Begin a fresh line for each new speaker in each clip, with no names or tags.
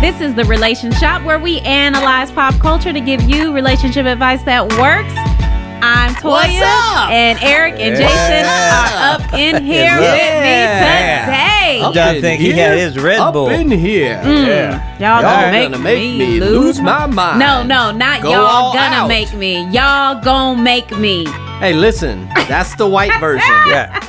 This is the Relationship Shop where we analyze pop culture to give you relationship advice that works. I'm
What's
Toya
up?
and Eric and
Yeah.
Jason are up in here
Yeah.
with me today. Hmm.
Up
Done
in
think he had his Red
up
Bull. Mm.
in here. Yeah.
Y'all,
Y'all
gonna make,
gonna make
me,
me lose my mind.
No, no, not
Go
y'all
all
gonna
out.
make me. Y'all gonna make me.
Hey, listen, that's the white version.
Yeah.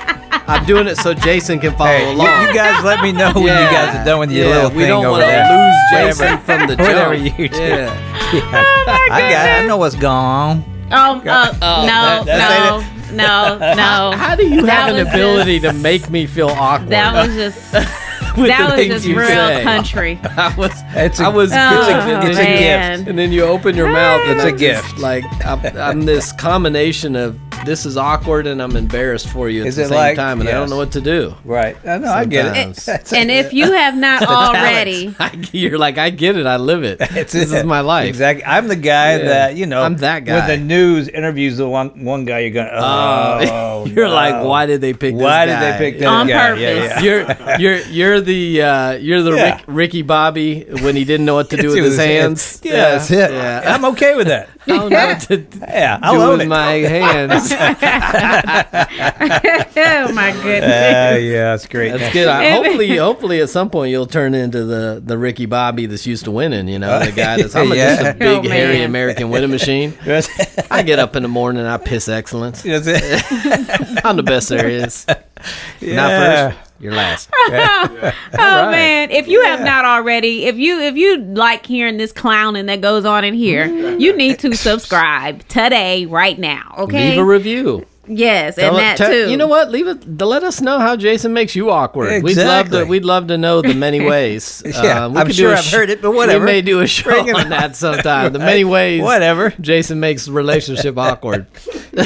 I'm doing it so Jason can follow
Hey, you,
along.
you guys let me know when you guys are done with your
Oh, Yeah,
little
we
thing
don't
over
wanna
there.
lose Jason
Whatever.
from the jump.
Whatever you do.
Yeah.
Oh my
I got. I
goodness.
know what's gone.
Um, uh,
Oh,
no,
that-
that's
no, no, no.
How do you
Oh, That
have an
was
ability to make me feel awkward?
That was just
with the
that was
things
just
you
real
say?
country.
I was,
It's a-
I was
Oh,
good.
it's a
man.
gift.
And then you open your mouth. and
It's a
I'm just
gift.
Like I'm, I'm this combination of this is awkward and I'm embarrassed for you at
Is
the
it
same
like-
time, and I don't
yes.
know what to do.
Right. I know.
Sometimes.
I get it.
And if you have not already,
Alex, I- you're like, I get it. I live it.
It's-
this is my life.
Exactly. I'm the guy
Yeah.
that you know.
I'm that
With
guy.
the news interviews, the one one guy you're gonna. Oh,
Oh, you're
no.
like, why did they pick?
Why
this
did
guy?"
they pick that
On
guy?
purpose.
Yeah,
You're
yeah.
you're you're the uh, you're the
Yeah.
Rick, Ricky Bobby when he didn't know what to do
It's
with his hands.
Yeah, that's it.
Yeah.
I'm okay with that.
I don't know what to do
Yeah, I love
with
it.
my hands.
oh my
Uh,
goodness.
yeah, it's great.
That's good. I, hopefully, hopefully, at some point you'll turn into the the Ricky Bobby that's used to winning. You know, the guy that's I'm
Yeah.
just a big
Oh, man.
hairy American winning machine.
That's,
I get up in the morning, I piss excellence.
that's it.
I'm the best there is.
Yeah.
Not first, you're last.
Oh
right.
man, if you have not already, if you if you like hearing this clowning that goes on in here, you need to subscribe today, right now. Okay.
Leave a review.
yes,
Tell-
and that
tell-
too.
You know what? Leave it. to Let us know how Jason makes you awkward. We'd love
Exactly.
to. We'd love to know the many ways. Uh,
Yeah,
we
I'm
could
sure
do a
I've heard it, but whatever.
We may do a show
Bring it
on
on.
that sometime. The many ways.
Whatever.
Jason makes relationship awkward.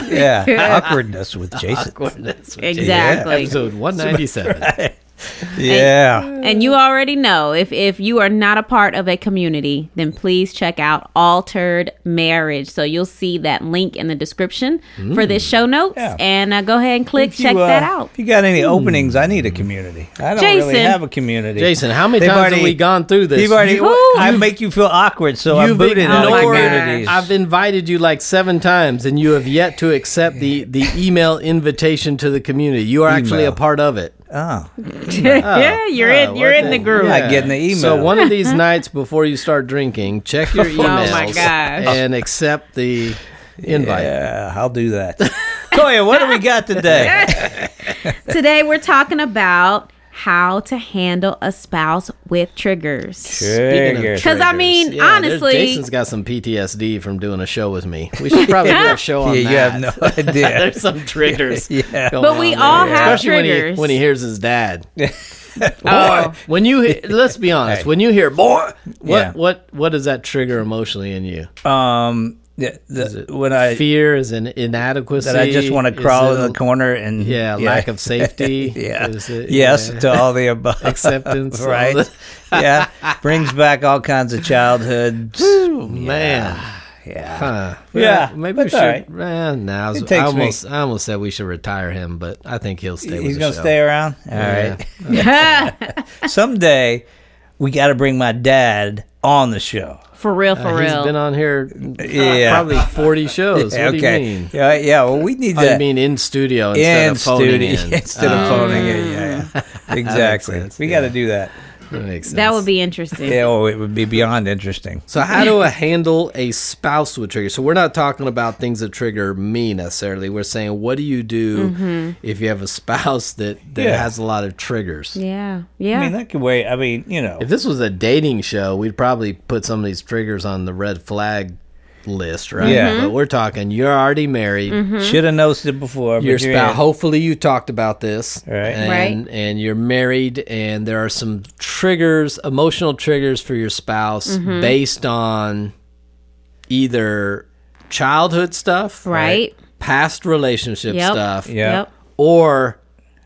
Yeah, awkwardness with Jason.
Awkwardness.
exactly.
Episode 197.
Yeah,
And you already know if if you are not a part of a community, then please check out Altered Marriage. So you'll see that link in the description for
Mm.
this show notes,
Yeah.
and uh, go ahead and click
If you,
check that
uh,
out.
If you got
Hmm.
any openings, I need a community. I don't really
Jason.
have a community.
Jason, how many
They've
times
already-
have we gone through this?
You've already.
You-
Ooh.
I make you feel awkward, so I'm
You've
booted out of
ignored-
communities.
I've invited you like seven times, and you have yet to accept the, the email invitation to the community. You are actually a
Email.
part of it.
oh,
yeah, you're
Oh,
in you're
what
in the groove.
Yeah. getting the email.
So one of these nights before you start drinking, check your emails
Oh my gosh.
and accept the invite.
yeah, I'll do that. Toya, what do we got today?
Today we're talking about how to handle a spouse with triggers.
Trigger.
Because I mean,
Yeah, there's-
honestly,
Jason's got some PTSD from doing a show with me. We should probably do a show
Yeah,
on
you
that.
have no idea.
there's some triggers.
Yeah.
going
But we
on
all
there.
have
Especially When
triggers.
he, when he hears his dad.
oh,
When you he- let's be honest,
Hey.
when you hear boy, what
Yeah.
what what does that trigger emotionally in you?
Um, the, the, when I
Fear is an inadequacy.
that I just want to
Is
crawl
it
in the
a-
corner and
Yeah, lack of safety.
yeah,
Is it-
yes
yeah.
to all the above
Acceptance, all
right?
the-
yeah, brings back all kinds of childhood.
Man.
Yeah,
Huh.
Yeah,
Well, maybe we
that's
should.
all right.
eh, nah, I, was-
It takes
I
me-
almost, I almost said we should retire him, but I think he'll stay. with
he's
the
gonna
show.
stay around. All right. someday we got to bring my dad on the show.
for real, for
He's
real.
been on here, uh,
Yeah.
probably forty shows. what
okay.
do you mean?
Yeah, yeah. Well, we need
I
that.
mean in studio instead
in
of phoning
studio
in.
instead
Uh,
of phoning in. Yeah, yeah. exactly.
sense,
we
yeah.
got to do that.
that makes sense.
that would be interesting.
Yeah, oh, it would be beyond interesting.
So how do I handle a spouse with trigger? So we're not talking about things that trigger me necessarily. We're saying what do you do if you have a spouse that that
Yeah.
has a lot of triggers?
yeah, yeah.
I mean, that could wait. I mean, you know.
If this was a dating show, we'd probably put some of these triggers on the red flag list, right?
Yeah. Mm-hmm. Mhm.
But we're talking you're already married.
Should have noticed it before. but
Mm-hmm. Your
you
spouse.
ain't.
Hopefully, you talked about this,
Right.
And, and you're married, and there are some triggers, emotional triggers for your spouse based on either childhood stuff,
right.
past relationship
Yep.
stuff,
Yeah.
Yep.
or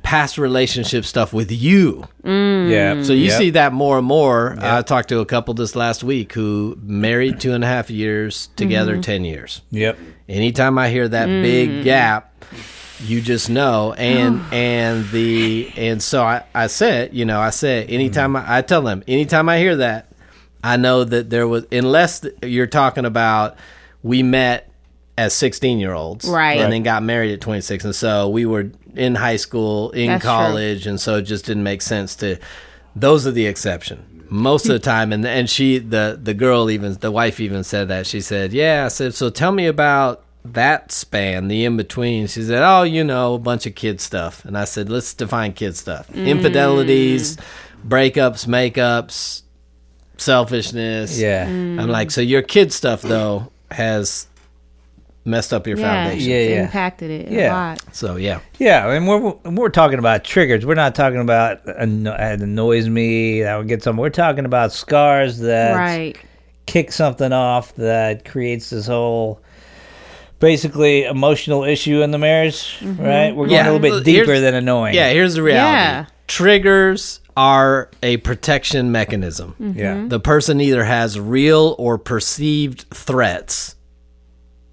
past relationship stuff with you.
Yeah.
So you
Yep.
see that more and more. I talked to a couple this last week who married two and a half years, together 10 years.
Yep.
Anytime I hear that big gap, you just know. And and the and so I, I said, you know, I said anytime I, I tell them, anytime I hear that, I know that there was, unless you're talking about we met as 16 year olds,
Right.
And then got married at 26. And so we were in high school, in
That's true.
college. And so it just didn't make sense to, those are the exception. Most of the time, and and she the the girl even the wife even said that she said yeah. I said so tell me about that span, the in between. She said oh you know a bunch of kid stuff, and I said let's define kid stuff:
Mm.
infidelities, breakups, makeups, selfishness.
Yeah.
I'm like, so your kid stuff though has messed up your
Yeah,
foundation.
Yeah,
it's
yeah.
impacted it a
Yeah.
lot.
So yeah,
Yeah, and we're we're talking about triggers. We're not talking about uh, anno- that annoys me that would get some. We're talking about scars that
Right.
kick something off that creates this whole basically emotional issue in the marriage.
Mm-hmm.
Right? We're going
Yeah.
a little
Well,
bit
here's-
deeper than annoying.
yeah. Here's the reality:
Yeah.
triggers are a protection mechanism.
Mm-hmm.
yeah,
The person either has real or perceived threats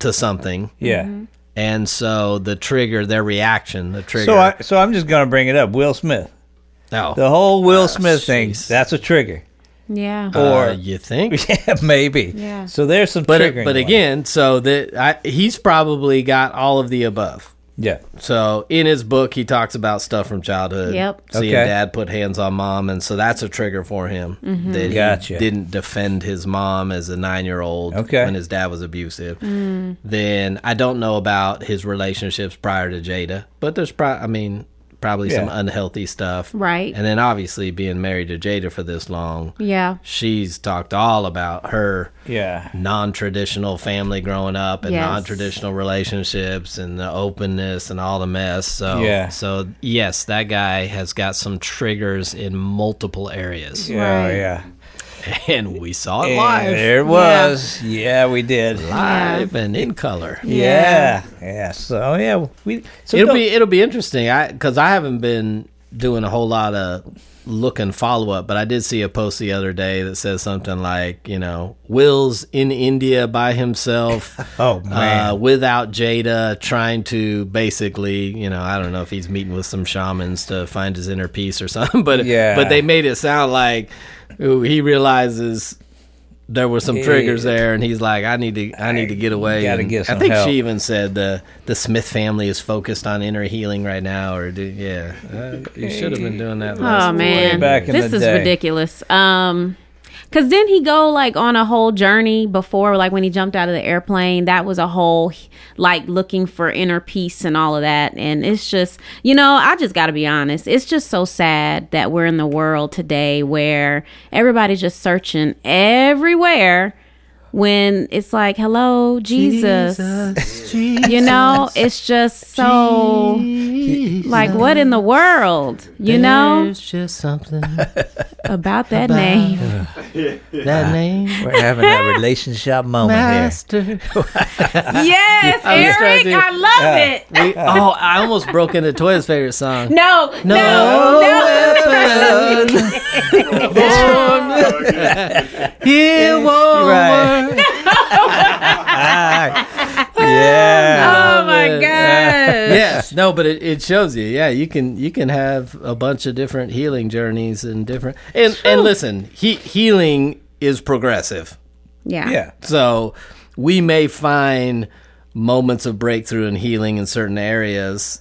to something,
yeah.
Mm-hmm.
and so the trigger, their reaction, the trigger.
So I so I'm just gonna bring it up. Will Smith,
oh,
the whole Will Smith thing.
jeez.
That's a trigger.
Yeah.
uh,
or-
you think?
Yeah, maybe.
Yeah.
So there's some
But uh,
triggering.
but
ones.
again, so that I, he's probably got all of the above.
yeah,
So in his book, he talks about stuff from childhood.
Yep.
Seeing
Okay.
dad put hands on mom, and so that's a trigger for him
Mm-hmm.
that he
Gotcha.
didn't defend his mom as a nine-year-old
Okay.
when his dad was abusive.
Mm.
Then I don't know about his relationships prior to Jada, but there's pro- I mean probably some
Yeah.
unhealthy stuff,
Right.
And then obviously being married to Jada for this long,
yeah.
she's talked all about her
yeah.
non-traditional family growing up and
Yes.
non-traditional relationships and the openness and all the mess so
Yeah.
so yes that guy has got some triggers in multiple areas
Yeah,
Right.
yeah.
and we saw it
And
live
There it was. Yeah, we did.
live and in color
Yeah. yeah. So yeah, we so
it'll
don't-
be it'll be interesting i because i haven't been doing a whole lot of look and follow up but i did see a post the other day that says something like you know will's in india by himself
Oh man.
uh, without Jada trying to basically, you know, I don't know if he's meeting with some shamans to find his inner peace or something, but
Yeah.
but they made it sound like ooh, he realizes there were some triggers there, and he's like, I need to, I need to get away.
Gotta
And
get
I
some
think
help.
she even said the the Smith family is focused on inner healing right now, or do, yeah, uh, you should have been doing that.
Oh
Last
man,
back in
this
the
is
day.
ridiculous. Um, cause didn't he go like on a whole journey before, like when he jumped out of the airplane? That was a whole like looking for inner peace and all of that. And it's just, you know, I just got to be honest. It's just so sad that we're in the world today where everybody's just searching everywhere. When it's like, hello, Jesus, you know, it's just so like, what in the world, you know?
There's just something
about that name.
that name.
We're having a relationship moment here.
Master.
Yes,
I'm just trying
Eric,
to-
I love it.
We- oh, I almost broke into Toya's favorite song.
No, no, no. Oh
It won't
Right.
work.
Yeah.
Oh my
it.
gosh.
Yes, no, but it, it shows you. Yeah, you can you can have a bunch of different healing journeys and different and and listen, he, healing is progressive.
Yeah.
Yeah.
So we may find moments of breakthrough and healing in certain areas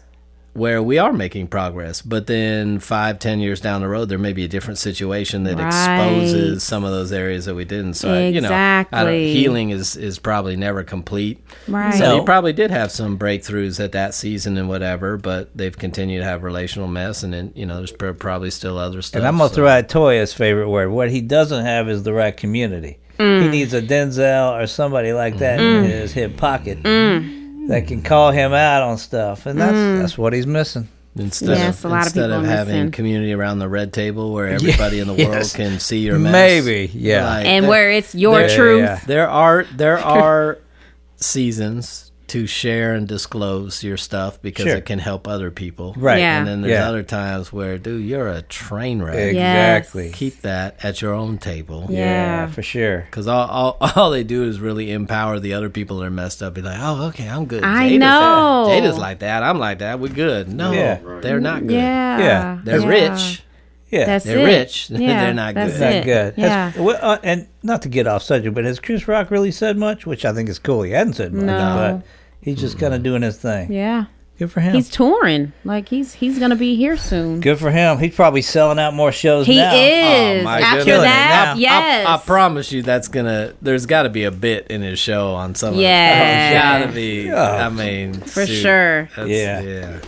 where we are making progress but then five ten years down the road there may be a different situation that
Right.
exposes some of those areas that we didn't so I- you know I don't,
Exactly.
healing is is probably never complete
Right.
so
No.
he probably did have some breakthroughs at that season and whatever but they've continued to have relational mess and then you know there's pro- probably still other stuff
And I'm gonna
so-
throw out Toya's favorite word. What he doesn't have is the right community. He needs a Denzel or somebody like that in his hip pocket that can call him out on stuff, and that's that's what he's missing.
Instead
Yes,
of,
a lot of
instead
people
of
are
having
missing.
community around the red table where everybody in the world
yes.
can see your mess.
Maybe, yeah.
And
there,
where it's your
there-
truth.
yeah.
there are there are seasons to share and disclose your stuff because
Sure.
it can help other people.
Right.
Yeah.
And then there's
Yeah.
other times where, dude, you're a train wreck.
Exactly.
Keep that at your own table.
Yeah.
yeah, for sure.
Because all, all, all they do is really empower the other people that are messed up. Be like, oh, okay, I'm good.
I
Jada's
know.
That. Jada's like that. I'm like that. We're good. No,
Yeah.
they're not good.
Yeah.
Yeah.
They're
Yeah.
rich.
Yeah.
That's
They're
it.
rich. They're not
that's
good.
not
it.
good.
Yeah.
Has- well, uh, and not to get off subject, but has Chris Rock really said much? Which I think is cool. He hadn't said much,
No.
but he's just kind of doing his thing.
yeah.
Mm-hmm. Good for him.
He's touring. Like he's he's gonna be here soon.
Good for him. He's probably selling out more shows
He
now.
is.
Oh my
After
goodness.
that,
Now,
yes.
I, I promise you, that's gonna. There's got to be a bit in his show on some.
Yeah.
of it. gotta be.
Yeah.
I mean,
For sure.
Yeah. Uh,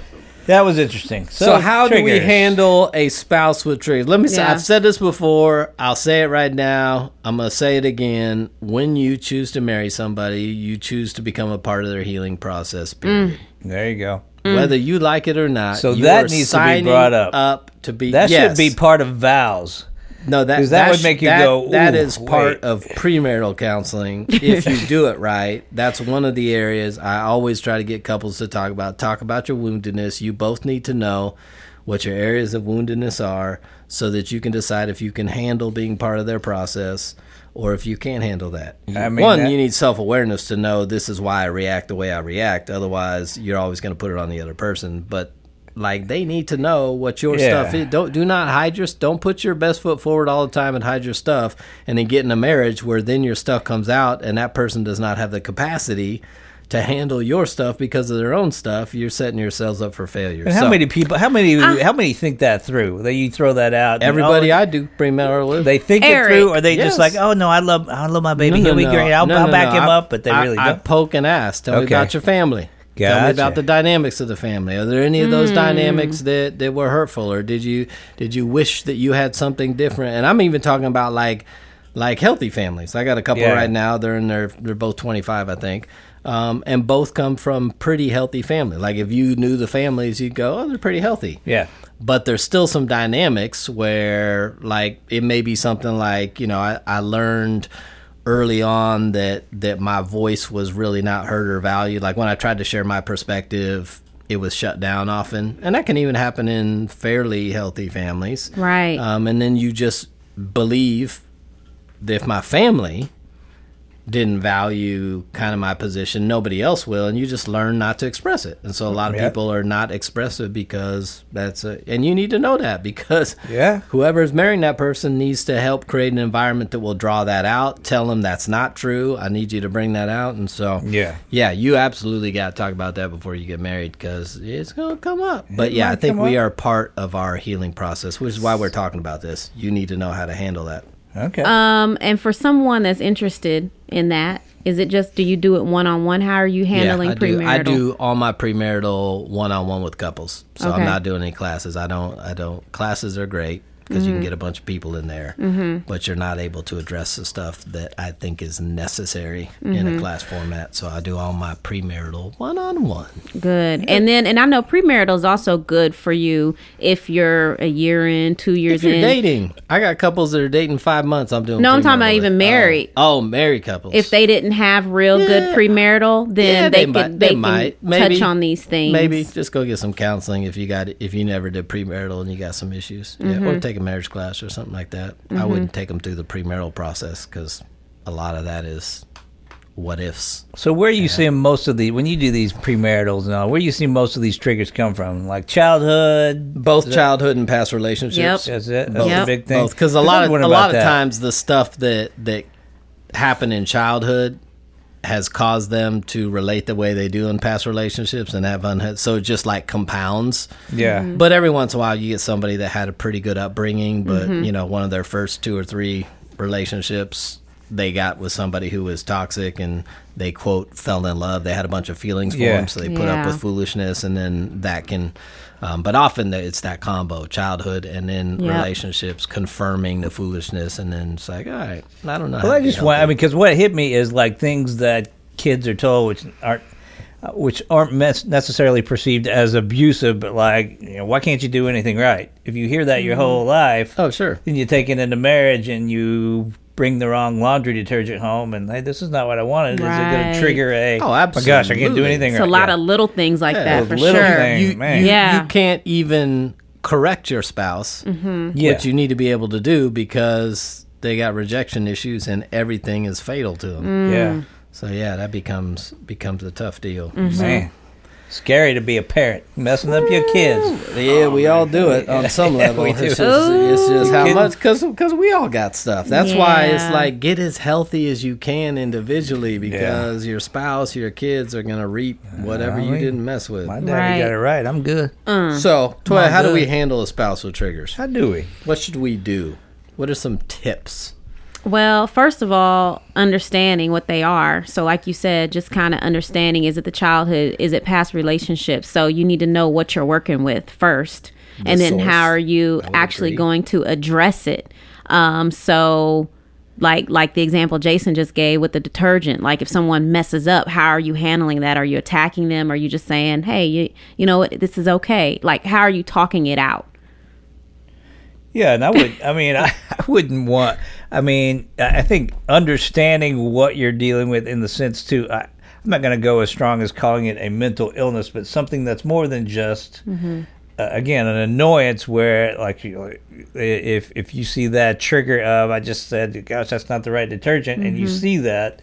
That was interesting. So,
So, how do we
triggers.
handle a spouse with triggers? Let me say,
Yeah.
I've said this before. I'll say it right now. I'm going to say it again. When you choose to marry somebody, you choose to become a part of their healing process. period.
There you go.
Mm-hmm.
Whether you like it or not.
So
you
that
are
needs to be
signing
brought up.
to be
That
yes.
should be part of vows.
No, that
'Cause that
that
would
sh-
make you
that-
go,
That
"Ooh,
is part
wait."
of premarital counseling. If you do it right, that's one of the areas I always try to get couples to talk about. Talk about your woundedness. You both need to know what your areas of woundedness are, so that you can decide if you can handle being part of their process or if you can't handle that.
I mean,
one,
that-
you need self awareness to know this is why I react the way I react. Otherwise, you're always going to put it on the other person. But like they need to know what your
Yeah.
stuff is. Don't do not hide your don't put your best foot forward all the time and hide your stuff and then get in a marriage where then your stuff comes out and that person does not have the capacity to handle your stuff because of their own stuff. You're setting yourselves up for failure.
And how
So,
many people? How many?
Ah.
how many think that through? That you throw that out. and,
everybody
oh,
I do premarital with
they think
Eric.
it through, or they
Yes.
just like, oh no, I love, I love my baby. He'll be great. I'll,
No,
I'll
no,
back
no.
him
I-
up, but they
I,
really
I
don't.
poke and ask. Tell me
Okay.
about your family. Tell me
Gotcha. Hmm.
about the dynamics of the family. Are there any of those dynamics that, that were hurtful, or did you did you wish that you had something different? And I'm even talking about like like healthy families. I got a couple
Yeah.
right now. They're in their they're both 25, I think, um, and both come from pretty healthy families. Like if you knew the families, you'd go, oh, they're pretty healthy
yeah.
but there's still some dynamics where like it may be something like you know I, I learned early on that that my voice was really not heard or valued like when i tried to share my perspective it was shut down often and that can even happen in fairly healthy families
Right.
um, and then you just believe that if my family didn't value kind of my position, nobody else will, and you just learn not to express it. And so a lot of
Yeah.
people are not expressive because that's a, and you need to know that because
Yeah.
whoever is marrying that person needs to help create an environment that will draw that out. Tell them that's not true. I need you to bring that out. And so
Yeah.
yeah, you absolutely got to talk about that before you get married because it's going to come up. But yeah, I
might
think
come
we
up.
are part of our healing process, which is why we're talking about this. You need to know how to handle that.
Okay.
Um, and for someone that's interested in that, is it just do you do it one on one? How are you handling
I do,
premarital?
I do all my premarital one-on-one with couples, so
Okay.
I'm not doing any classes. I don't. I don't. Classes are great because
Mm-hmm.
you can get a bunch of people in there, but you're not able to address the stuff that I think is necessary in
Mm-hmm.
a class format. So I do all my premarital one-on-one.
Good. And then, and I know premarital is also good for you if you're a year in, two years
If you're
in.
dating, I got couples that are dating five months. I'm doing.
No, I'm talking
premarital
about
with.
even
Oh.
married.
Oh, married couples.
If they didn't have real
Yeah.
good premarital, then
Yeah,
they,
they
could
might-
they,
they
can
might. Maybe-
touch on these things.
Maybe just go get some counseling if you got if you never did premarital and you got some issues, yeah,
Mm-hmm.
or take a marriage class or something like that. I wouldn't take them through the premarital process because a lot of that is what ifs.
so where are you seeing most of the when you do these premaritals and all? Where you see most of these triggers come from? Like childhood.
Both childhood and past relationships.
Yep.
That's it. That's
Yep.
a big thing.
Both because a
'Cause
lot
I'm
of
wondering
a
about
lot of
that.
times the stuff that that happened in childhood has caused them to relate the way they do in past relationships and have unhe- so it just like compounds.
Yeah.
But every once in a while, you get somebody that had a pretty good upbringing, but
Mm-hmm.
you know, one of their first two or three relationships they got with somebody who was toxic, and they quote fell in love. They had a bunch of feelings for
Yeah.
him, so they put up
Yeah.
with foolishness, and then that can. Um, but often that- it's that combo: childhood and then
Yep.
relationships confirming the foolishness, and then it's like, all right, I don't know. how
Well, I
to be
just want. I
healthy.
mean, because what hit me is like things that kids are told, which aren't, uh, which aren't mes- necessarily perceived as abusive, but like, you know, why can't you do anything right? If you hear that your whole life,
oh sure,
then you take it into marriage and you bring the wrong laundry detergent home, and hey, this is not what I wanted. Is it going
Right.
to trigger a?
Oh,
My gosh, I can't do
absolutely.
anything
It's
right.
a lot
Yeah.
of little things like that
those
for
little
sure.
things.
you,
man.
you-
Yeah. Mm-hmm.
you can't even correct your spouse.
yeah.
what you need to be able to do because they got rejection issues and everything
Mm.
is fatal to them.
yeah. Mm-hmm.
Mm.
So yeah, that becomes becomes a tough deal.
Man. Scary to be a parent, messing up your kids.
Yeah, we all do it on some level.
Oh, We do.
It's, just, it's just how
kidding?
much because we all got stuff. That's why it's
Yeah.
like get as healthy as you can individually because your spouse, your kids are gonna reap whatever you
Golly.
didn't mess with.
My daddy
Right.
got it right. I'm good.
Uh.
So, Toya,
My
how do we
God.
handle a spousal triggers?
How do we?
What should we do? What are some tips?
Well, first of all, understanding what they are. So, like you said, just kind of understanding is it the childhood? Is it past relationships? So, you need to know what you're working with first. and then,
source.
how are you
would
actually
agree.
going to address it? Um, so, like like the example Jason just gave with the detergent. Like if someone messes up, how are you handling that? Are you attacking them? Are you just saying, "Hey, you you know what? This is okay." Like how are you talking it out?
Yeah, and I would. I mean, I, I wouldn't want. I mean, I I think understanding what you're dealing with in the sense too. I, I'm not going to go as strong as calling it a mental illness, but something that's more than just. Uh, again, an annoyance where, like, you know, if if you see that trigger of I just said, "Gosh, that's not the right detergent," and you see that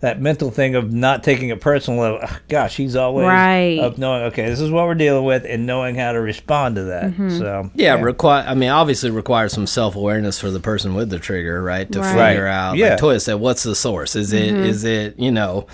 that mental thing of not taking it personal, of "Ugh, "Gosh, he's always
Right.
of knowing, okay, this is what we're dealing with," and knowing how to respond to that. So,
Yeah, require. I mean, obviously requires some self awareness for the person with the trigger, right? To
Right. Mm-hmm.
figure
Right.
out.
Yeah.
Like Toya said, what's the source? Is it? Is it? You know,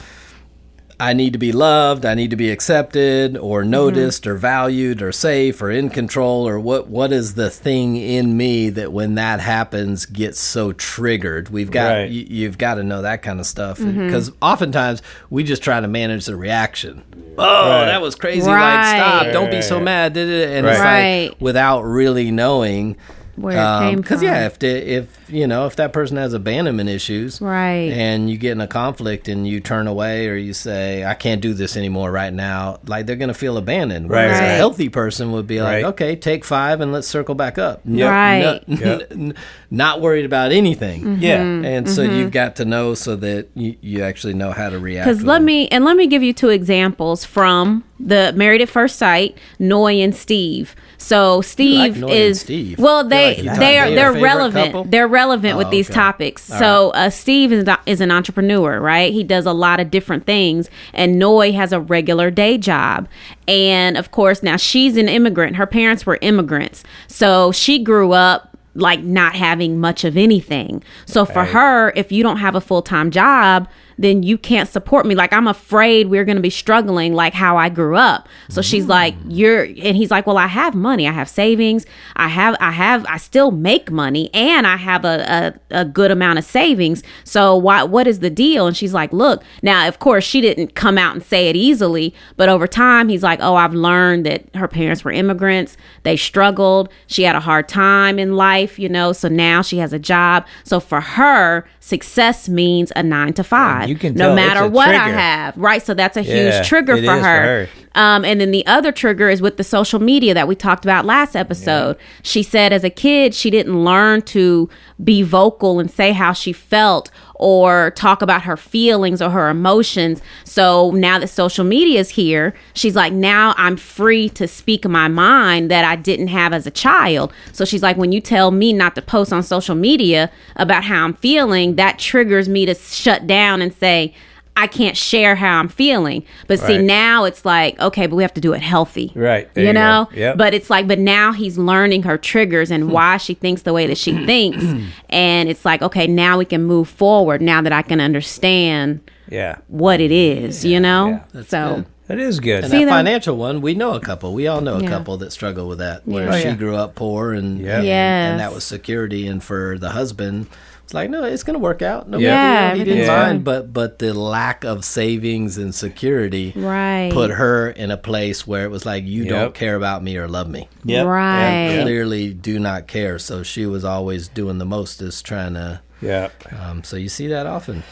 I need to be loved. I need to be accepted, or
Mm-hmm.
noticed, or valued, or safe, or in control, or what? What is the thing in me that when that happens gets so triggered? We've got.
Right.
You, you've got to know that kind of stuff
Mm-hmm.
because oftentimes we just try to manage the reaction. Oh,
Right.
that was crazy! Like,
Right.
stop! Don't be so mad! da, da, da. And it's like
Right.
without really knowing
Where it came
because
from.
yeah if the, if you know if that person has abandonment issues
Right.
and you get in a conflict and you turn away or you say i can't do this anymore right now like they're gonna feel abandoned
Right.
whereas a
Right.
healthy person would be like
Right.
okay take five and let's circle back up No-
Right. Mm-hmm.
no-
Yep.
n- not worried about anything
yeah.
and so you've got to know so that you, you actually know how to react
Because
with
let
them.
me and let me give you two examples from the Married at First Sight, Noy and Steve. So Steve
Noy and
is
Steve.
well, they
I feel like you
they
thought
are
they
they're
were favorite
relevant.
couple.
They're relevant with
Oh,
these
okay.
topics. so uh, Steve is not- is an entrepreneur, right? He does a lot of different things, and Noy has a regular day job. And of course, now she's an immigrant. Her parents were immigrants, so she grew up like not having much of anything. So for her, if you don't have a full time job, then you can't support me. Like I'm afraid we're gonna be struggling like how I grew up. So she's like, You're and he's like, Well, I have money. I have savings. I have I have I still make money and I have a, a, a good amount of savings. So why what is the deal? And she's like, Look, now of course she didn't come out and say it easily, but over time he's like, Oh, I've learned that her parents were immigrants. They struggled. She had a hard time in life, you know, so now she has a job. So for her, success means a nine to five.
you can
no
tell it's
matter
a
what I
trigger.
have. Right. So that's a
Yeah,
huge trigger
it
for her.
is for her.
Um, and then the other trigger is with the social media that we talked about last episode. She said as a kid, she didn't learn to be vocal and say how she felt or talk about her feelings or her emotions. So now that social media is here, she's like, now I'm free to speak my mind that I didn't have as a child. So she's like, when you tell me not to post on social media about how I'm feeling, that triggers me to shut down and say, I can't share how I'm feeling. But see,
Right.
now it's like, okay, but we have to do it healthy.
Right. There
You,
you go.
know?
Yep.
But it's like, but now he's learning her triggers and why she thinks the way that she thinks. and it's like, okay, now we can move forward now that I can understand
Yeah.
what it is, you know?
yeah.
so.
That is good.
And
See
that
them?
financial one, we know a couple. We all know a
Yeah.
couple that struggle with that, where
Yeah.
Oh,
she
yeah.
grew up poor and,
Yeah.
and, and that
Yes.
was security. And for the husband, it's like, no, it's going to work out. No
Yeah,
yeah, he didn't
everything's fine.
mind. But, but the lack of savings and security
Right.
put her in a place where it was like, you don't
Yep.
care about me or love me.
Yep.
Right.
Yeah.
Clearly do not care. So she was always doing the most is trying to.
Yeah.
Um, so you see that often.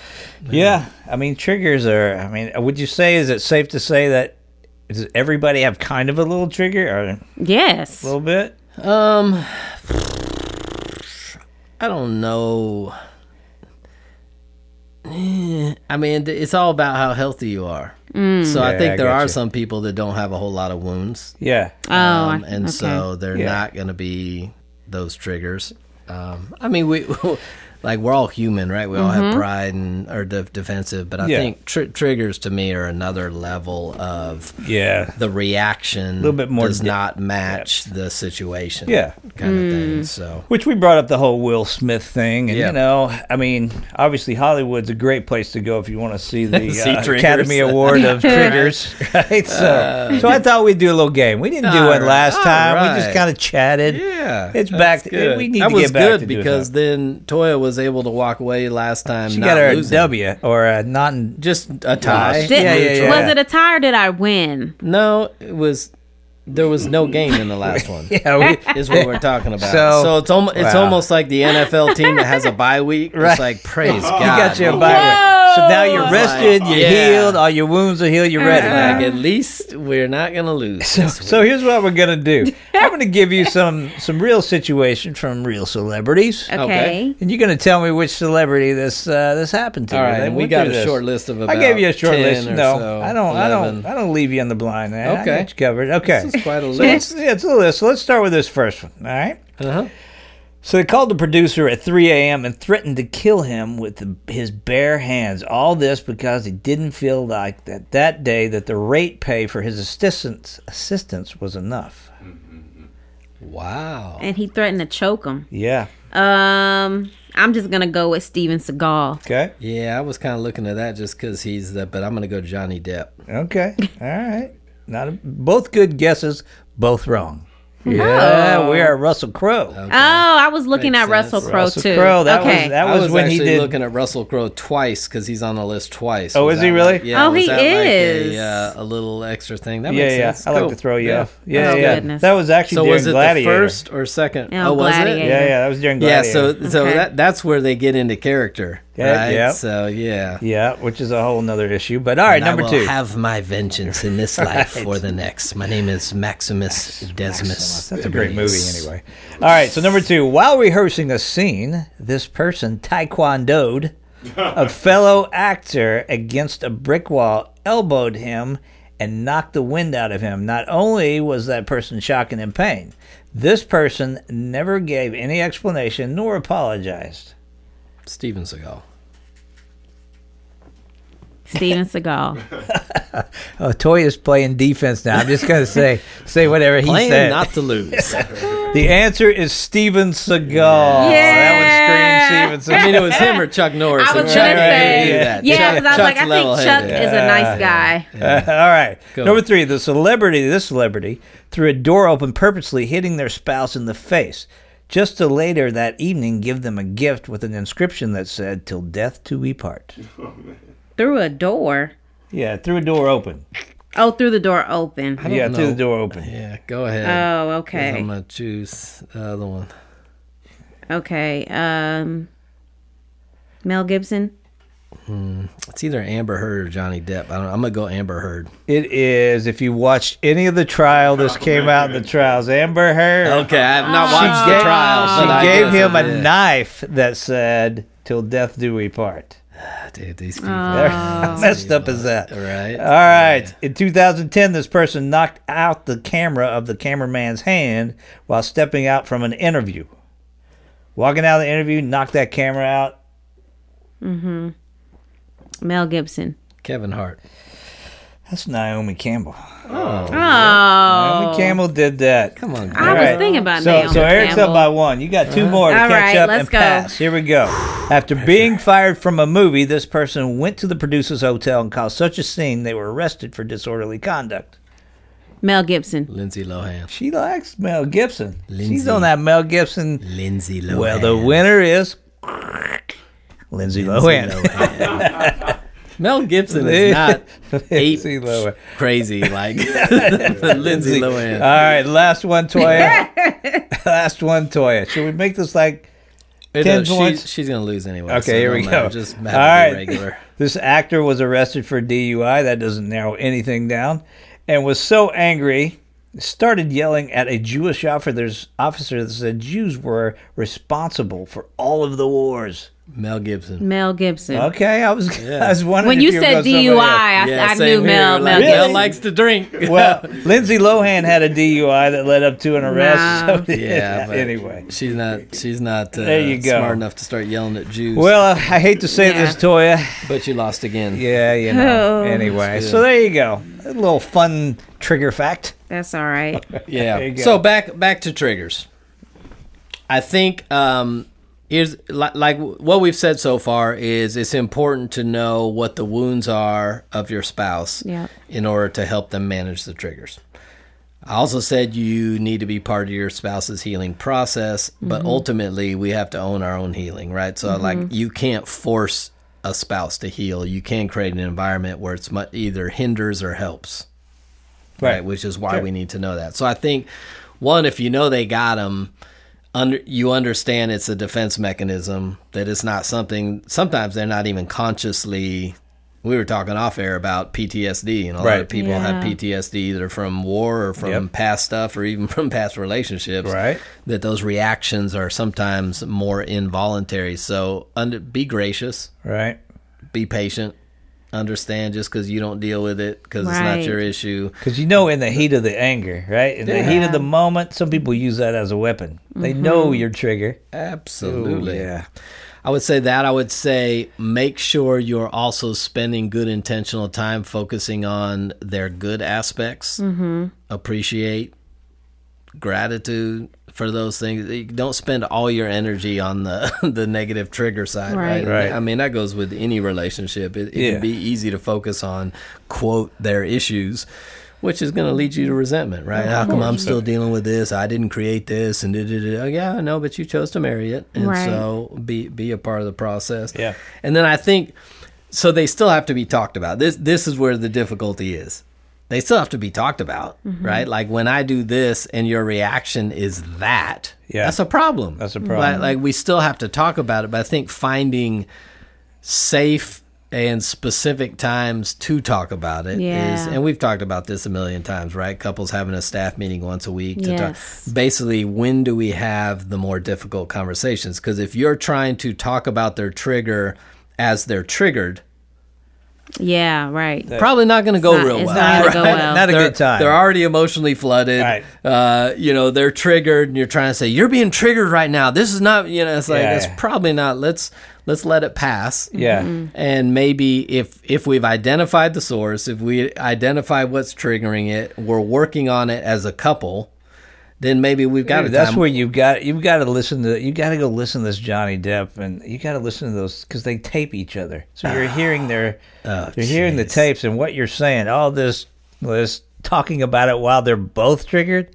Yeah. I mean, triggers are. I mean, would you say is it safe to say that does everybody have kind of a little trigger or a
Yes.
little bit?
Um, I don't know. Eh, I mean, th- it's all about how healthy you are.
Mm.
So I
Yeah,
think
I
there
get
are
you.
some people that don't have a whole lot of wounds,
Yeah.
oh, I-
um, and
okay.
so they're
Yeah.
not going to be those triggers. Um, I mean, we like we're all human, right? We all
Mm-hmm.
have pride and are de- defensive, but I
Yeah.
think tr- triggers to me are another level of
Yeah.
the reaction. A
Little bit more
does
depth.
not match the situation.
Yeah.
kind of
Mm.
thing. So
Which we brought up the whole Will Smith thing, and
Yeah.
you know, I mean, obviously Hollywood's a great place to go if you want to see the
See
uh,
triggers. Uh,
Academy Award of triggers, right? So, so I thought we'd do a little game. We didn't do
All
one last
right.
time.
All
We just
right.
kind of chatted.
yeah,
it's back.
that's
To,
good.
We need
that
to
was
get back
good
to doing
because
that.
then Toya was able to walk away last time.
she
not
got her a
losing.
W or a not. In,
just a tie.
Lost. Yeah, yeah, yeah.
Was it a tie or did I win?
No, it was. There was no game in the last one.
yeah, we,
Is what we're talking about.
So-
So, it's almost it's
Wow.
almost like the NFL team that has a bye week.
Right.
It's like praise God.
you got your
we
bye week. So now you're
Whoa.
rested, you're
Yeah. Uh-huh.
healed, all your wounds are healed, you're ready.
Like at least we're not gonna lose.
So, so here's what we're gonna do. I'm gonna give you some some real situation from real celebrities,
Okay.
Okay.
and you're gonna tell me which celebrity this uh, this happened to.
All right,
They
and we
went
got
through
a
this.
short list of about
I gave you a short
10
list.
or
No,
so,
I don't. I don't.
11.
I don't leave you in the blind. Man. I
Okay.
got you covered. Okay.
This is quite a
So let's-
list.
yeah, it's a list. So let's start with this first one. All right.
Uh-huh.
So they called the producer at 3 a.m. and threatened to kill him with the, his bare hands. All this because he didn't feel like that that day that the rate pay for his assistance assistance was enough.
Wow.
And he threatened to choke him.
Yeah.
Um, I'm just gonna go with Steven Seagal.
Okay.
Yeah, I was kind of looking at that just because he's the. But I'm gonna go Johnny Depp.
Okay. All right. Not a, both good guesses, both wrong. Yeah, we are Russell Crowe.
Oh, I was looking
Makes
at Russell
sense.
Crowe
Russell
too.
Crowe, that
okay.
was that
I
was,
was
when he
actually
did.
looking at Russell Crowe twice because he's on the list twice.
Oh, is he
that
really?
like- yeah.
Oh,
was
he
that like a,
is.
uh, a little extra thing. That
yeah,
makes
yeah.
sense.
I like
Cool.
to throw you
Yeah.
off. Yeah,
Oh,
yeah.
goodness.
That was actually
So
during
was it
Gladiator.
the first or second?
No,
oh, was
Gladiator.
it?
Yeah, yeah. That was during
Yeah.
Gladiator.
So, so
Okay.
that that's where they get into character.
Yeah,
right?
yeah.
So yeah.
Yeah, which is a whole nother issue. But all right,
And I
number
will
two.
Have my vengeance in this life or the next. My name is Maximus Decimus.
That's a great movie,
Aurelius.
anyway. All right, so number two. While rehearsing a scene, this person taekwondoed a fellow actor against a brick wall, elbowed him, and knocked the wind out of him. Not only was that person shocked and in pain, this person never gave any explanation nor apologized.
Steven Seagal.
Steven Seagal.
Oh, Toya's playing defense now. I'm just gonna say say whatever he
Playing
said.
not to lose.
the answer is Steven Seagal. That would scream Steven Seagal.
I mean, it was him or Chuck Norris.
I was
and
gonna
Chuck
say,
knew
yeah,
that.
because I
Chuck-
was like,
Chuck's
I think Chuck
level-headed.
is a nice guy.
All right.
Go.
Number three, the celebrity, this celebrity, threw a door open purposely, hitting their spouse in the face, just to later that evening give them a gift with an inscription that said, Till death do we part.
Through a door.
Yeah, threw a door open.
Oh, through the door open.
Yeah, threw
know.
the door open.
Yeah, go ahead.
Oh,
I'm
okay.
gonna choose the other one.
Okay. Um Mel Gibson.
It's either Amber Heard or Johnny Depp. I don't know. I'm gonna go Amber Heard.
It is, if you watched any of the trial, this came out in the trials. Amber Heard.
Okay, I have
Oh.
not watched
gave-
the trial.
She
but Oh, I
gave
guess
him
I
a
did.
knife that said, Till death do we part.
Dude, these people.
Oh.
How messed up is that?
Oh. All right.
All right. In 2010, this person knocked out the camera of the cameraman's hand while stepping out from an interview. Walking out of the interview, knocked that camera out.
Mel Gibson.
Kevin Hart.
That's Naomi Campbell.
Oh.
Naomi Campbell did that.
Come on. Uh-huh.
I
Greg.
All
was
right.
thinking about
so,
Naomi
so Eric's
Campbell.
up by one. You got two more to
All
catch
right,
up
let's
and
go.
pass. Here we go. After being fired from a movie, this person went to the producer's hotel and caused such a scene they were arrested for disorderly conduct.
Mel Gibson.
Lindsay Lohan.
She likes Mel Gibson. She's
Lindsay.
on that Mel Gibson.
Lindsay Lohan.
Well, the winner is Lindsay Lohan.
Mel Gibson is not ape
Lindsay Lohan.
crazy like Lindsay
All
Lohan.
right, last one, Toya. last one, Toya. Should we make this like
It,
10
uh, she-
points.
she's gonna lose anyway.
okay?
so it
here we
don't
go.
matter. Just have to
All
be
right.
regular.
This actor was arrested for DUI. That doesn't narrow anything down, and was so angry. Started yelling at a Jewish officer's officer that said Jews were responsible for all of the wars.
Mel Gibson.
Mel Gibson.
Okay, I was
Yeah.
I was wondering
When
if
you
were
said
gonna somebody
DUI,
else.
I, I knew
same here.
Mel.
Like,
Mel
Really?
Gibson.
likes to drink.
Well, Lindsay Lohan had a DUI that led up to an arrest.
Nah.
So
yeah. But
anyway.
she's not. She's not. Uh,
There you go.
Smart enough to start yelling at Jews.
Well, uh, I hate to say
Yeah.
this, Toya.
but you lost again.
Yeah, you know.
Oh.
Anyway,
That's good.
so there you go. A little fun trigger fact.
That's all right.
yeah.
There you go.
So back back to triggers. I think um, here's li- like what we've said so far is it's important to know what the wounds are of your spouse
Yep.
in order to help them manage the triggers. I also said you need to be part of your spouse's healing process, but ultimately we have to own our own healing, right? So like you can't force a spouse to heal. You can create an environment where it's mu- either hinders or helps right, which is why we need to know that so i think one if you know they got them under you understand it's a defense mechanism that it's not something sometimes they're not even consciously we were talking off air about PTSD and a lot
Right.
of people have
Yeah.
PTSD either from war or from
Yep.
past stuff or even from past relationships
Right.
that those reactions are sometimes more involuntary so under, be gracious
Right.
be patient understand just because you don't deal with it because it's not
Right.
your issue
Because you know, in the heat of the anger, right? In the heat of the moment, some people use that as a weapon. They
Mm-hmm.
know your trigger.
Absolutely.
yeah.
I would say that. I would say make sure you're also spending good intentional time focusing on their good aspects. Mm-hmm. Appreciate gratitude for those things. You Don't spend all your energy on the the negative trigger side,
Right.
right?
Right.
I mean, that goes with any relationship. It, it
Yeah.
can be easy to focus on quote their issues. Which is going to lead you to resentment, right? How come I'm still dealing with this? I didn't create this, and da, da, da. Oh, yeah, I know, but you chose to marry it, and
Right.
so be be a part of the process.
Yeah.
and then I think so. They still have to be talked about. This this is where the difficulty is they still have to be talked about, right? Like when I do this and your reaction is that,
Yeah.
that's a problem.
That's a problem.
Like, like we still have to talk about it, but I think finding safe and specific times to talk about it is,
Yeah.
and we've talked about this a million times, right? Couples having a staff meeting once a week to
Yes.
talk. Basically, when do we have the more difficult conversations? Because if you're trying to talk about their trigger as they're triggered,
Yeah, right. Oh,
probably not going to go
not-
real
it's
well.
not gonna go
right?
well.
Not a
they're,
good time.
They're already emotionally flooded.
Right.
Uh, you know, they're triggered, and you're trying to say you're being triggered right now. This is not, you know, it's like
Yeah.
that's probably not. Let's let's let it pass. Mm-hmm.
Yeah.
And maybe if if we've identified the source, if we identify what's triggering it, we're working on it as a couple. Then maybe we've got a
That's
time.
where you've got you've got to listen to you got to go listen to this Johnny Depp and you got to listen to those because they tape each other. So you're hearing their
Oh,
you're hearing the tapes and what you're saying. All this this talking about it while they're both triggered.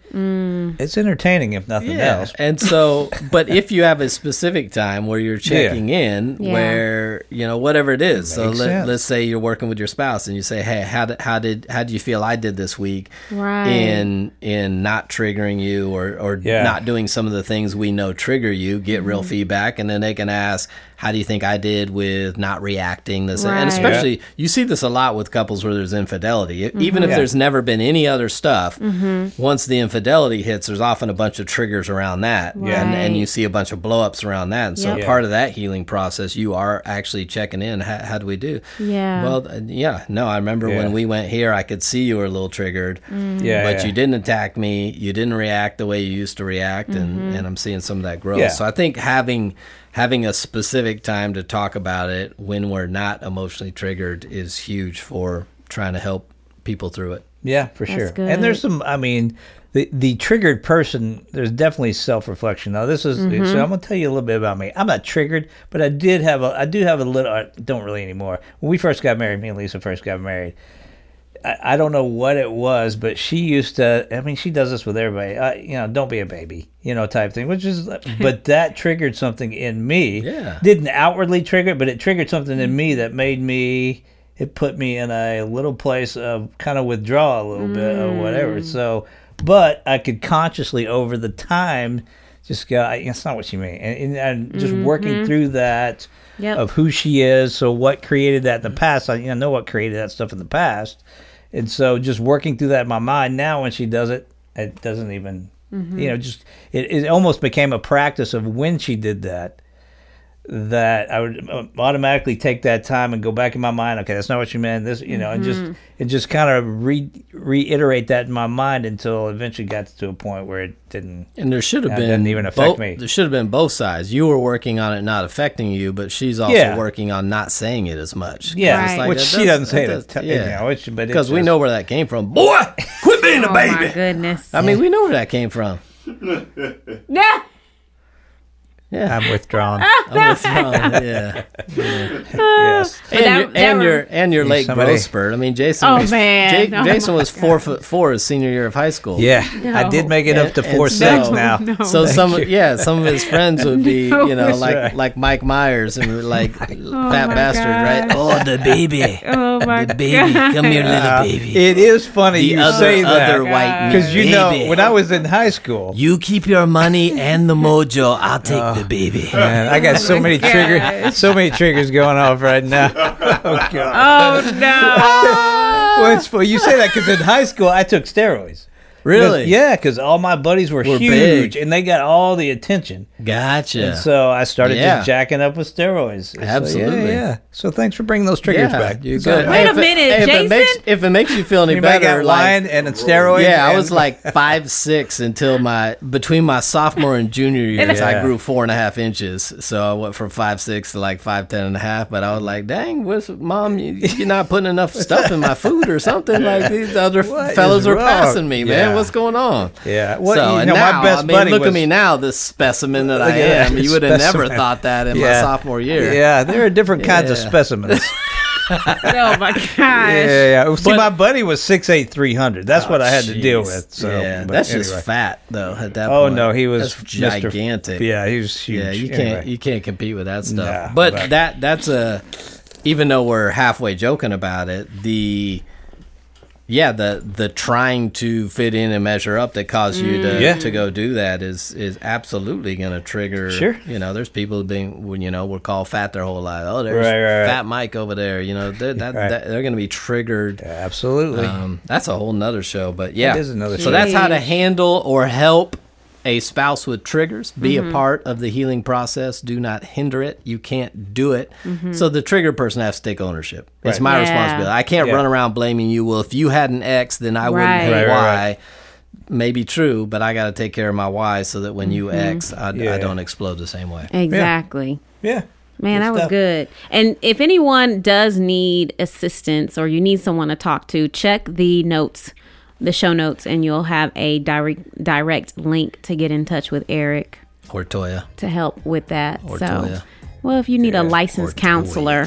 It's entertaining if nothing
Yeah.
else.
And so, but if you have a specific time where you're checking in,
Yeah.
where you know whatever it is, so
Makes
let,
sense.
let's say you're working with your spouse and you say, "Hey, how did how did how do you feel I did this week
Right.
in in not triggering you or or
Yeah.
not doing some of the things we know trigger you?" Get real
Mm-hmm.
feedback, and then they can ask, "How do you think I did with not reacting this?"
Right.
And
Yeah.
especially you see this a lot with couples where there's infidelity. E- Even if
Mm-hmm.
Yeah.
there's never been any other stuff, once the infidelity hits, there's often a bunch of triggers around that. And, and you
Right.
see a bunch of blow ups around that. And so
Yep.
part of that healing process, you are actually checking in. How, how do we do?
Yeah.
Well, th- yeah. No, I remember when
Yeah.
we went here, I could see you were a little triggered,
Mm.
Yeah,
but
yeah.
you didn't attack me. You didn't react the way you used to react.
Mm-hmm.
And, and I'm seeing some of that growth.
Yeah.
So I think having. Having a specific time to talk about it when we're not emotionally triggered is huge for trying to help people through it.
Yeah, for sure.
good.
And there's some. I mean, the the triggered person. There's definitely self reflection. Now, this is. So I'm gonna tell you a little bit about me. I'm not triggered, but I did have a. I do have a little. I don't really anymore. When we first got married, me and Lisa first got married. I, I don't know what it was, but she used to. I mean, she does this with everybody. Uh, you know, don't be a baby. You know, type thing. Which is, but that triggered something in me.
Yeah.
Didn't outwardly trigger, it, but it triggered something in me that made me. It put me in a little place of kind of withdrawal a little bit or whatever. So, but I could consciously over the time just go. "I- That's not what she meant, and, and, and just working through that
Yep.
of who she is. So what created that in the past? I you know, know what created that stuff in the past, and so just working through that in my mind now when she does it, it doesn't even you know just it, it almost became a practice of when she did that that I would uh, automatically take that time and go back in my mind. Okay, that's not what you meant. This, you know, and just
Mm-hmm.
and just kind of re- reiterate that in my mind until eventually got to a point where it didn't.
And there should have
That
been
doesn't even affect
bo-
me.
There should have been both sides. You were working on it not affecting you, but she's also
Yeah.
working on not saying it as much.
Yeah,
Right. like,
which
that
she
does-
doesn't say
that
that.
does-
yeah,
yeah.
but it
Because we
just-
know where that came from. Boy, quit being a
Oh my
baby.
goodness.
I mean, we know where that came from.
Yeah.
Yeah.
I'm withdrawn.
I'm with Ron, yeah.
yes.
And,
that-
your,
that
and
were-
your and your late
somebody-
growth spurt. I mean, Jason.
Oh,
was,
man.
Jake-
Oh,
Jason
my
was four foot four his senior year of high school.
Yeah, I did
No.
make it up to
And- and
four six
so-
now.
No.
So
Thank
some
you.
yeah, some of his friends would be
No, Oh,
you know like
right.
like Mike Myers and like fat
my
bastard right.
gosh.
Oh the baby,
Oh my
the baby,
God.
come here little
Uh,
baby.
it is funny
The
you
other
say
other
God.
that
white meat
because you know
baby.
when I was in high school,
you keep your money and the mojo. I'll take
Uh,
the baby.
man, I got
Oh
so many triggers, so many triggers going off right now. oh God.
Oh no.
Well, it's funny. You say that because in high school I took steroids. 'Cause-
Really?
Yeah, because all my buddies were,
Were
huge
big.
and they got all the attention.
Gotcha.
And so I started
Yeah.
just jacking up with steroids. So, yeah,
Absolutely.
yeah, So thanks for bringing those triggers
yeah,
back.
you
So,
good.
Wait a
if it-
minute,
if
Jason?
It makes, if it makes you feel any
Anybody
better,
got
like
wine and a steroid?
Yeah, I
and-
was like five six until my between my sophomore and junior years, I
Yeah.
grew four and a half inches. So I went from five six to like five ten and a half. But I was like, dang, what's mom? You, you're not putting enough stuff in my food or something. Like these other
What
fellows
is
are
wrong?
passing me, man.
Yeah.
What's going on?
Yeah. What-
so
you
and
know, my
now,
best
I mean,
buddy
look at
was-
me now, this specimen that I
Look at
am.
that
You would have never
specimen.
thought that in my
Yeah.
sophomore year.
Yeah, there are different kinds of
Yeah.
specimens.
Oh my gosh.
yeah, yeah. yeah. See,
But- Oh,
my buddy was six eight three hundred. That's what I had to deal
Jeez.
with. So
yeah,
but
that's
anyway.
just fat though. At that
Oh
point.
no, he was
That's
Mr. F-
gigantic.
Yeah, he was huge.
yeah, you can't
Anyway.
you can't compete with that stuff.
Nah,
but,
but-
that that's a even though we're halfway joking about it, the yeah the the trying to fit in and measure up that caused you to
Mm. Yeah.
to go do that is is absolutely going to trigger.
Sure.
you know, there's people being when you know were called fat their whole life. Oh, there's
Right, right, right.
fat Mike over there. You know, they're, that,
Right.
that, they're going to be triggered.
Absolutely.
Um, that's a whole nother show, but yeah,
It is another
So
show.
that's how to handle or help a spouse with triggers. Be
Mm-hmm.
a part of the healing process. Do not hinder it. You can't do it. So the trigger person has to take ownership. It's
Right.
my
Mm-hmm. Yeah.
responsibility. I can't
Yeah.
run around blaming you. Well, if you had an ex, then I wouldn't
Right.
have
Right,
why.
right, right.
Maybe true, but I got to take care of my why so that when
Mm-hmm.
you ex, I, I
Yeah.
don't explode the same way.
Exactly.
yeah.
Man,
Good
that was
stuff.
good. And if anyone does need assistance or you need someone to talk to, check the notes, the show notes, and you'll have a direct direct link to get in touch with Eric
Or Toya.
to help with that.
Or
so,
Toya.
well, if you need a
Or
licensed
Toya.
counselor,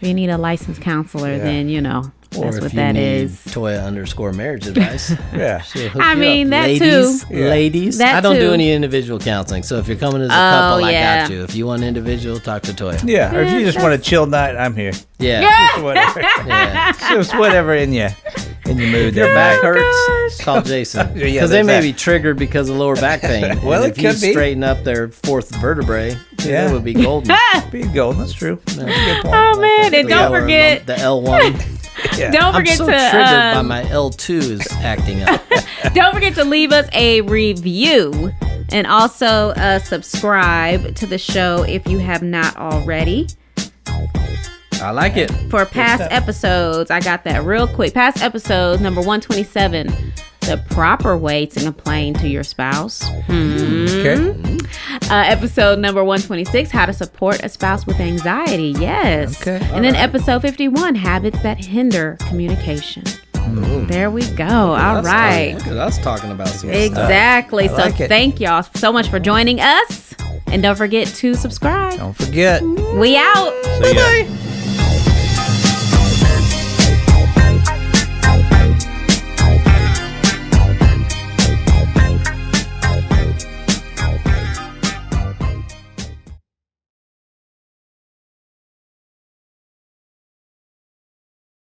if you need a licensed counselor, then you know
Or
that's
if
what
you
that
need
is.
Toya underscore marriage advice.
Yeah.
hook
I
you
mean, that
ladies,
too.
Yeah.
Ladies,
That
I don't do
too.
any individual counseling. So if you're coming as a
Oh,
couple, I
yeah.
got you. If you want individual, talk to Toya.
Yeah. Or if you just want a chill night, I'm here.
Yeah.
Whatever. just whatever in your in your mood.
Your
there,
back
Oh
mate.
hurts. Call Jason
Yeah,
because
yeah,
they
there's
may
that.
be triggered because of lower back pain.
Well,
And
it
if you
could be.
straighten up their fourth vertebrae, yeah.
Yeah.
that would be golden.
Be golden. That's true. That's a good point.
Oh, man. And
The L-
don't forget,
the L one.
Yeah.
don't
I'm
forget
so
to.
triggered by
um,
my L two is acting up.
Don't forget to leave us a review and also uh, subscribe to the show if you have not already.
I like it.
For past episodes, I got that real quick. Past episodes, number 127, the proper way to complain to your spouse. Hmm.
Okay.
Uh, episode number 126, how to support a spouse with anxiety. Yes.
Okay.
And then episode 51, habits that hinder communication. There we go. All
Us
right.
talking- Look at us talking about some stuff.
Exactly. so
like it.
thank y'all so much for joining us. And don't forget to subscribe.
Don't forget.
We out.
See ya.